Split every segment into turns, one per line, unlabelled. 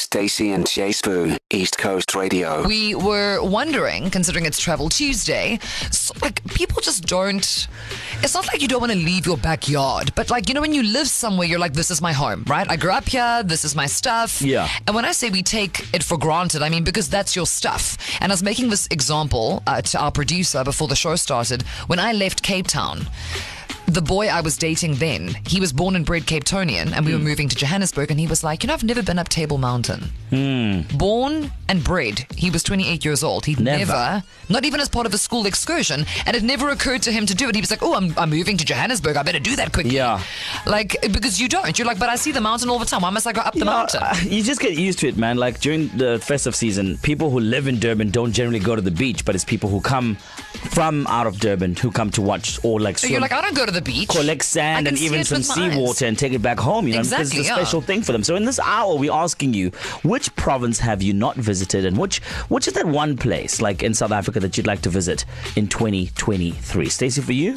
Stacy and Jay Spoon, East Coast Radio.
We were wondering, considering it's Travel Tuesday, so, like people just don't. It's not like you don't want to leave your backyard, but like you know when you live somewhere, you're like, this is my home, right? I grew up here. This is my stuff.
Yeah.
And when I say we take it for granted, I mean because that's your stuff. And I was making this example uh, to our producer before the show started. When I left Cape Town, the boy I was dating then, he was born and bred Cape Townian, and we were moving to Johannesburg, and he was like, You know, I've never been up Table Mountain. Born and bred, he was 28 years old. He'd never.
Never.
not even as part of a school excursion, and it never occurred to him to do it. He was like, Oh, I'm, I'm moving to Johannesburg. I better do that quickly.
Yeah.
Like, because you don't. You're like, But I see the mountain all the time. Why must I go up the
You know,
mountain?
uh, you just get used to it, man. Like during the festive season, people who live in Durban don't generally go to the beach, but it's people who come from out of Durban who come to watch or like
So
swim,
you're like, I don't go to the beach.
collect
I
sand
can
and
see
even
it
some
with my eyes."
seawater and take it back home. You know, this
Exactly,
is a
yeah.
special thing for them. So in this hour, we're asking you, which province have you not visited, and which which is that one place like in South Africa that you'd like to visit in 2023? Stacey, for you,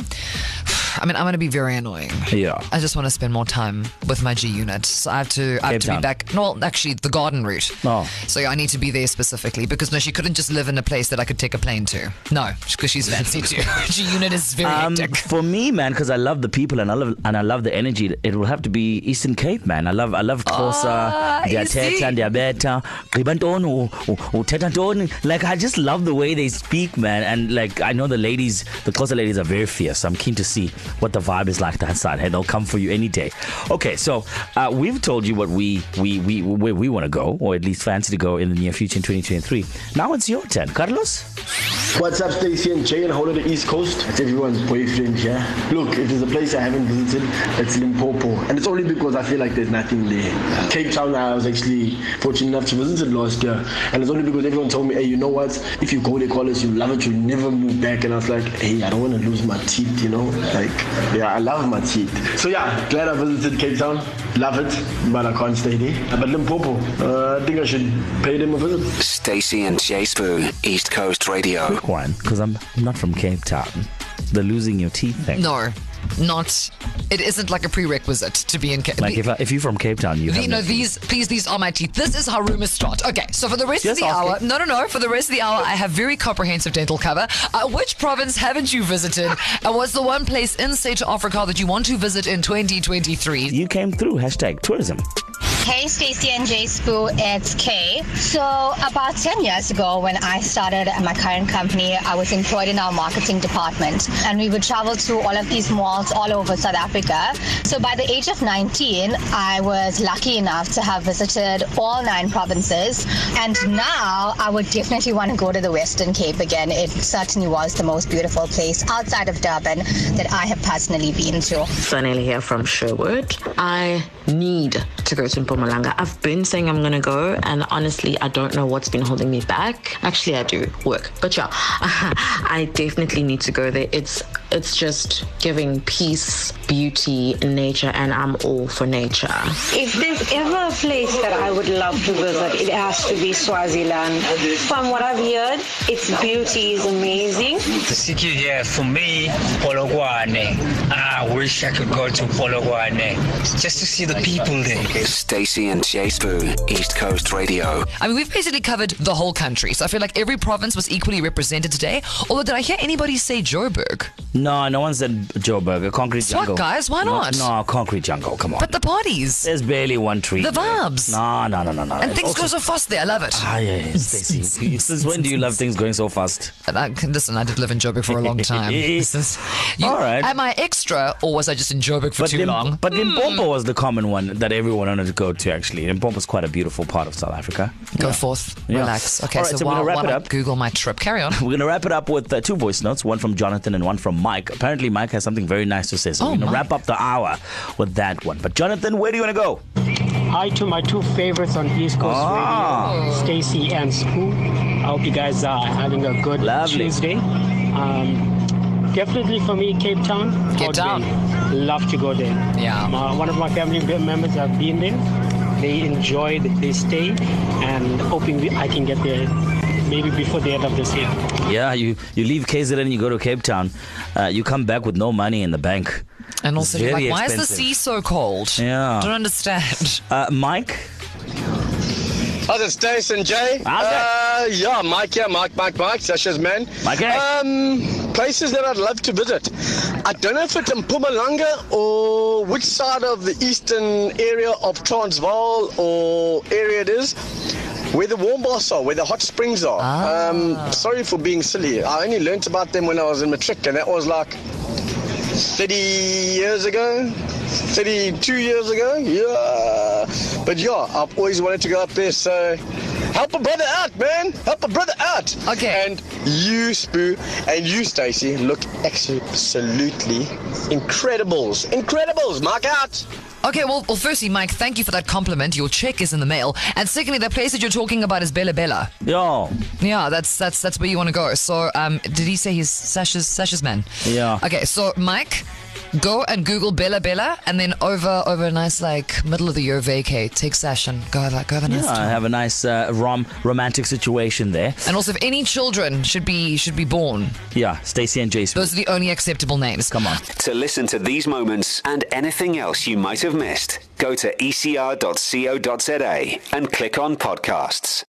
I mean, I'm going to be very annoying.
Yeah.
I just want to spend more time with my G unit. So I have to, I have
Cape
to be
Town.
back. No, well, actually, the garden route.
Oh.
So yeah, I need to be there specifically because no, she couldn't just live in a place that I could take a plane to. No, because she's fancy too. G unit is very
Um,
hectic.
for me, man, because I love the people and I love and I love the energy. It will have to be Eastern Cape, man. I love I love Xhosa,
Ah, you
Diateta,
see?
Diabeta, Ribantoni, oh, Utetantoni. Like I just love the way they speak, man. And like I know the ladies, the Xhosa ladies are very fierce. So I'm keen to see what the vibe is like that side. Hey, they'll come for you any day. Okay, so uh, we've told you what we we we where we want to go, or at least fancy to go in the near future in 2023. Now it's your turn, Carlos.
What's up, Stacey and Jay, and whole of the East Coast? It's everyone's boyfriend here. Look, if there's a place I haven't visited, it's Limpopo. And it's only because I feel like there's nothing there. Cape Town, I was actually fortunate enough to visit it last year. And it's only because everyone told me, hey, you know what? If you go there, Carlos, you love it, you'll never move back. And I was like, hey, I don't want to lose my teeth, you know? Like, yeah, I love my teeth. So yeah, glad I visited Cape Town. Love it, but I can't stay there. But Limpopo, uh, I think I should pay them a visit.
Stacy and Jay Spoon, East Coast Radio.
quick one because I'm not from Cape Town. The losing your teeth thing.
No, not. It isn't like a prerequisite to be in. Ca-
Like
the-
if, I, if you're from Cape Town, you
The,
have
no,
no
these, please, these are my teeth. This is how rumors start. Okay, so for the rest
Just
of the
asking.
hour, no, no, no, for the rest of the hour, I have very comprehensive dental cover. Uh, which province haven't you visited? And what's the one place in South Africa that you want to visit in 2023?
You came through. Hashtag tourism.
Hey, Stacey and Jay Spoo, it's Kay. So, about 10 years ago, when I started at my current company, I was employed in our marketing department, and we would travel to all of these malls all over South Africa. So, by the age of 19, I was lucky enough to have visited all nine provinces, and now I would definitely want to go to the Western Cape again. It certainly was the most beautiful place outside of Durban that I have personally been to.
Finally here from Sherwood. I need to go to Mpumalanga. I've been saying I'm gonna go, and honestly, I don't know what's been holding me back. Actually, I do work, but yeah, I definitely need to go there. It's it's just giving peace, beauty, nature, and I'm all for nature.
If there's ever a place that I would love to visit, it has to be Swaziland. From what I've heard, its beauty is amazing.
city here for me, Polokwane. Ah, I wish I could go to Polokwane just to see the people there.
Stacy and Jay Spoon, East Coast Radio.
I mean, we've basically covered the whole country, so I feel like every province was equally represented today. Although, did I hear anybody say Joburg?
No, no one said Joburg. A concrete
Swat,
jungle.
guys, why
No-
not?
No, concrete jungle. Come on.
But the parties
There's barely one tree.
The
there.
vibes.
No, no, no, no, no.
and things
Also-
go so fast there. I love it.
Ah, yeah, yeah, Stacey. you- Since when do you love things going so fast?
And I, Uh, listen, I did live in Joburg for a long time. This is- you-
All right.
Am I extra, or was I just in Joburg for too
Lim-
long? Hmm.
But Limpopo was the common one that everyone wanted to go to. Actually, Limpopo's quite a beautiful part of South Africa.
Go forth,
Yeah.
relax. Okay,
All right,
so,
so we're
while,
gonna wrap
while
it
I
up.
Google my trip, carry on.
We're going to wrap it up with uh, two voice notes, one from Jonathan and one from Mike. Apparently, Mike has something very nice to say. So
Oh,
we're going to
Mike.
wrap up the hour with that one. But, Jonathan, where do you want to go?
Hi to my two favorites on East Coast
Ah.
Ah.
Radio, Stacy and Spoo. I hope you guys are having a good
Lovely.
Tuesday. Um, definitely for me, Cape Town.
Cape
all
Town.
day. Love to go there.
Yeah.
My, one of my family members have been there. They enjoyed their stay and hoping we- I can get there maybe before the end of this year.
Yeah, you, you leave KZN and you go to Cape Town. Uh, you come back with no money in the bank.
And also,
It's
you're like,
very
why is the
expensive.
sea so cold?
Yeah.
Don't understand.
Uh, Mike?
How's it, Stace and Jay?
How's it?
Uh, yeah, Mike here, Mike, Mike, Mike, Sasha's man.
Mikey.
Um, places that I'd love to visit. I don't know if it's in Pumalanga or which side of the eastern area of Transvaal or area it is. Where the warm baths are, where the hot springs are. Um, sorry for being silly. I only learnt about them when I was in matric, and that was like 30 years ago, 32 years ago. Yeah. But yeah, I've always wanted to go up there. So help a brother out, man. Help a brother out.
Okay.
And you, Spoo, and you, Stacy, look absolutely incredibles. Incredibles. Mark out.
Okay, well, well, firstly, Mike, thank you for that compliment. Your check is in the mail. And secondly, the place that you're talking about is Bella Bella.
Yo,
Yeah, that's that's that's where you want to go. So, um, did he say he's Sasha's Sasha's man?
Yeah.
Okay, so Mike, go and Google Bella Bella, and then over over a nice like middle of the year vacay, take Sasha and go have a, go have a nice
yeah, I
time.
have a nice uh, rom romantic situation there.
And also, if any children should be should be born,
Yeah, Stacey and Jason.
those are the only acceptable names.
Come on.
To listen to these moments and anything else you E might have missed, go to ecr.co.za and click on podcasts.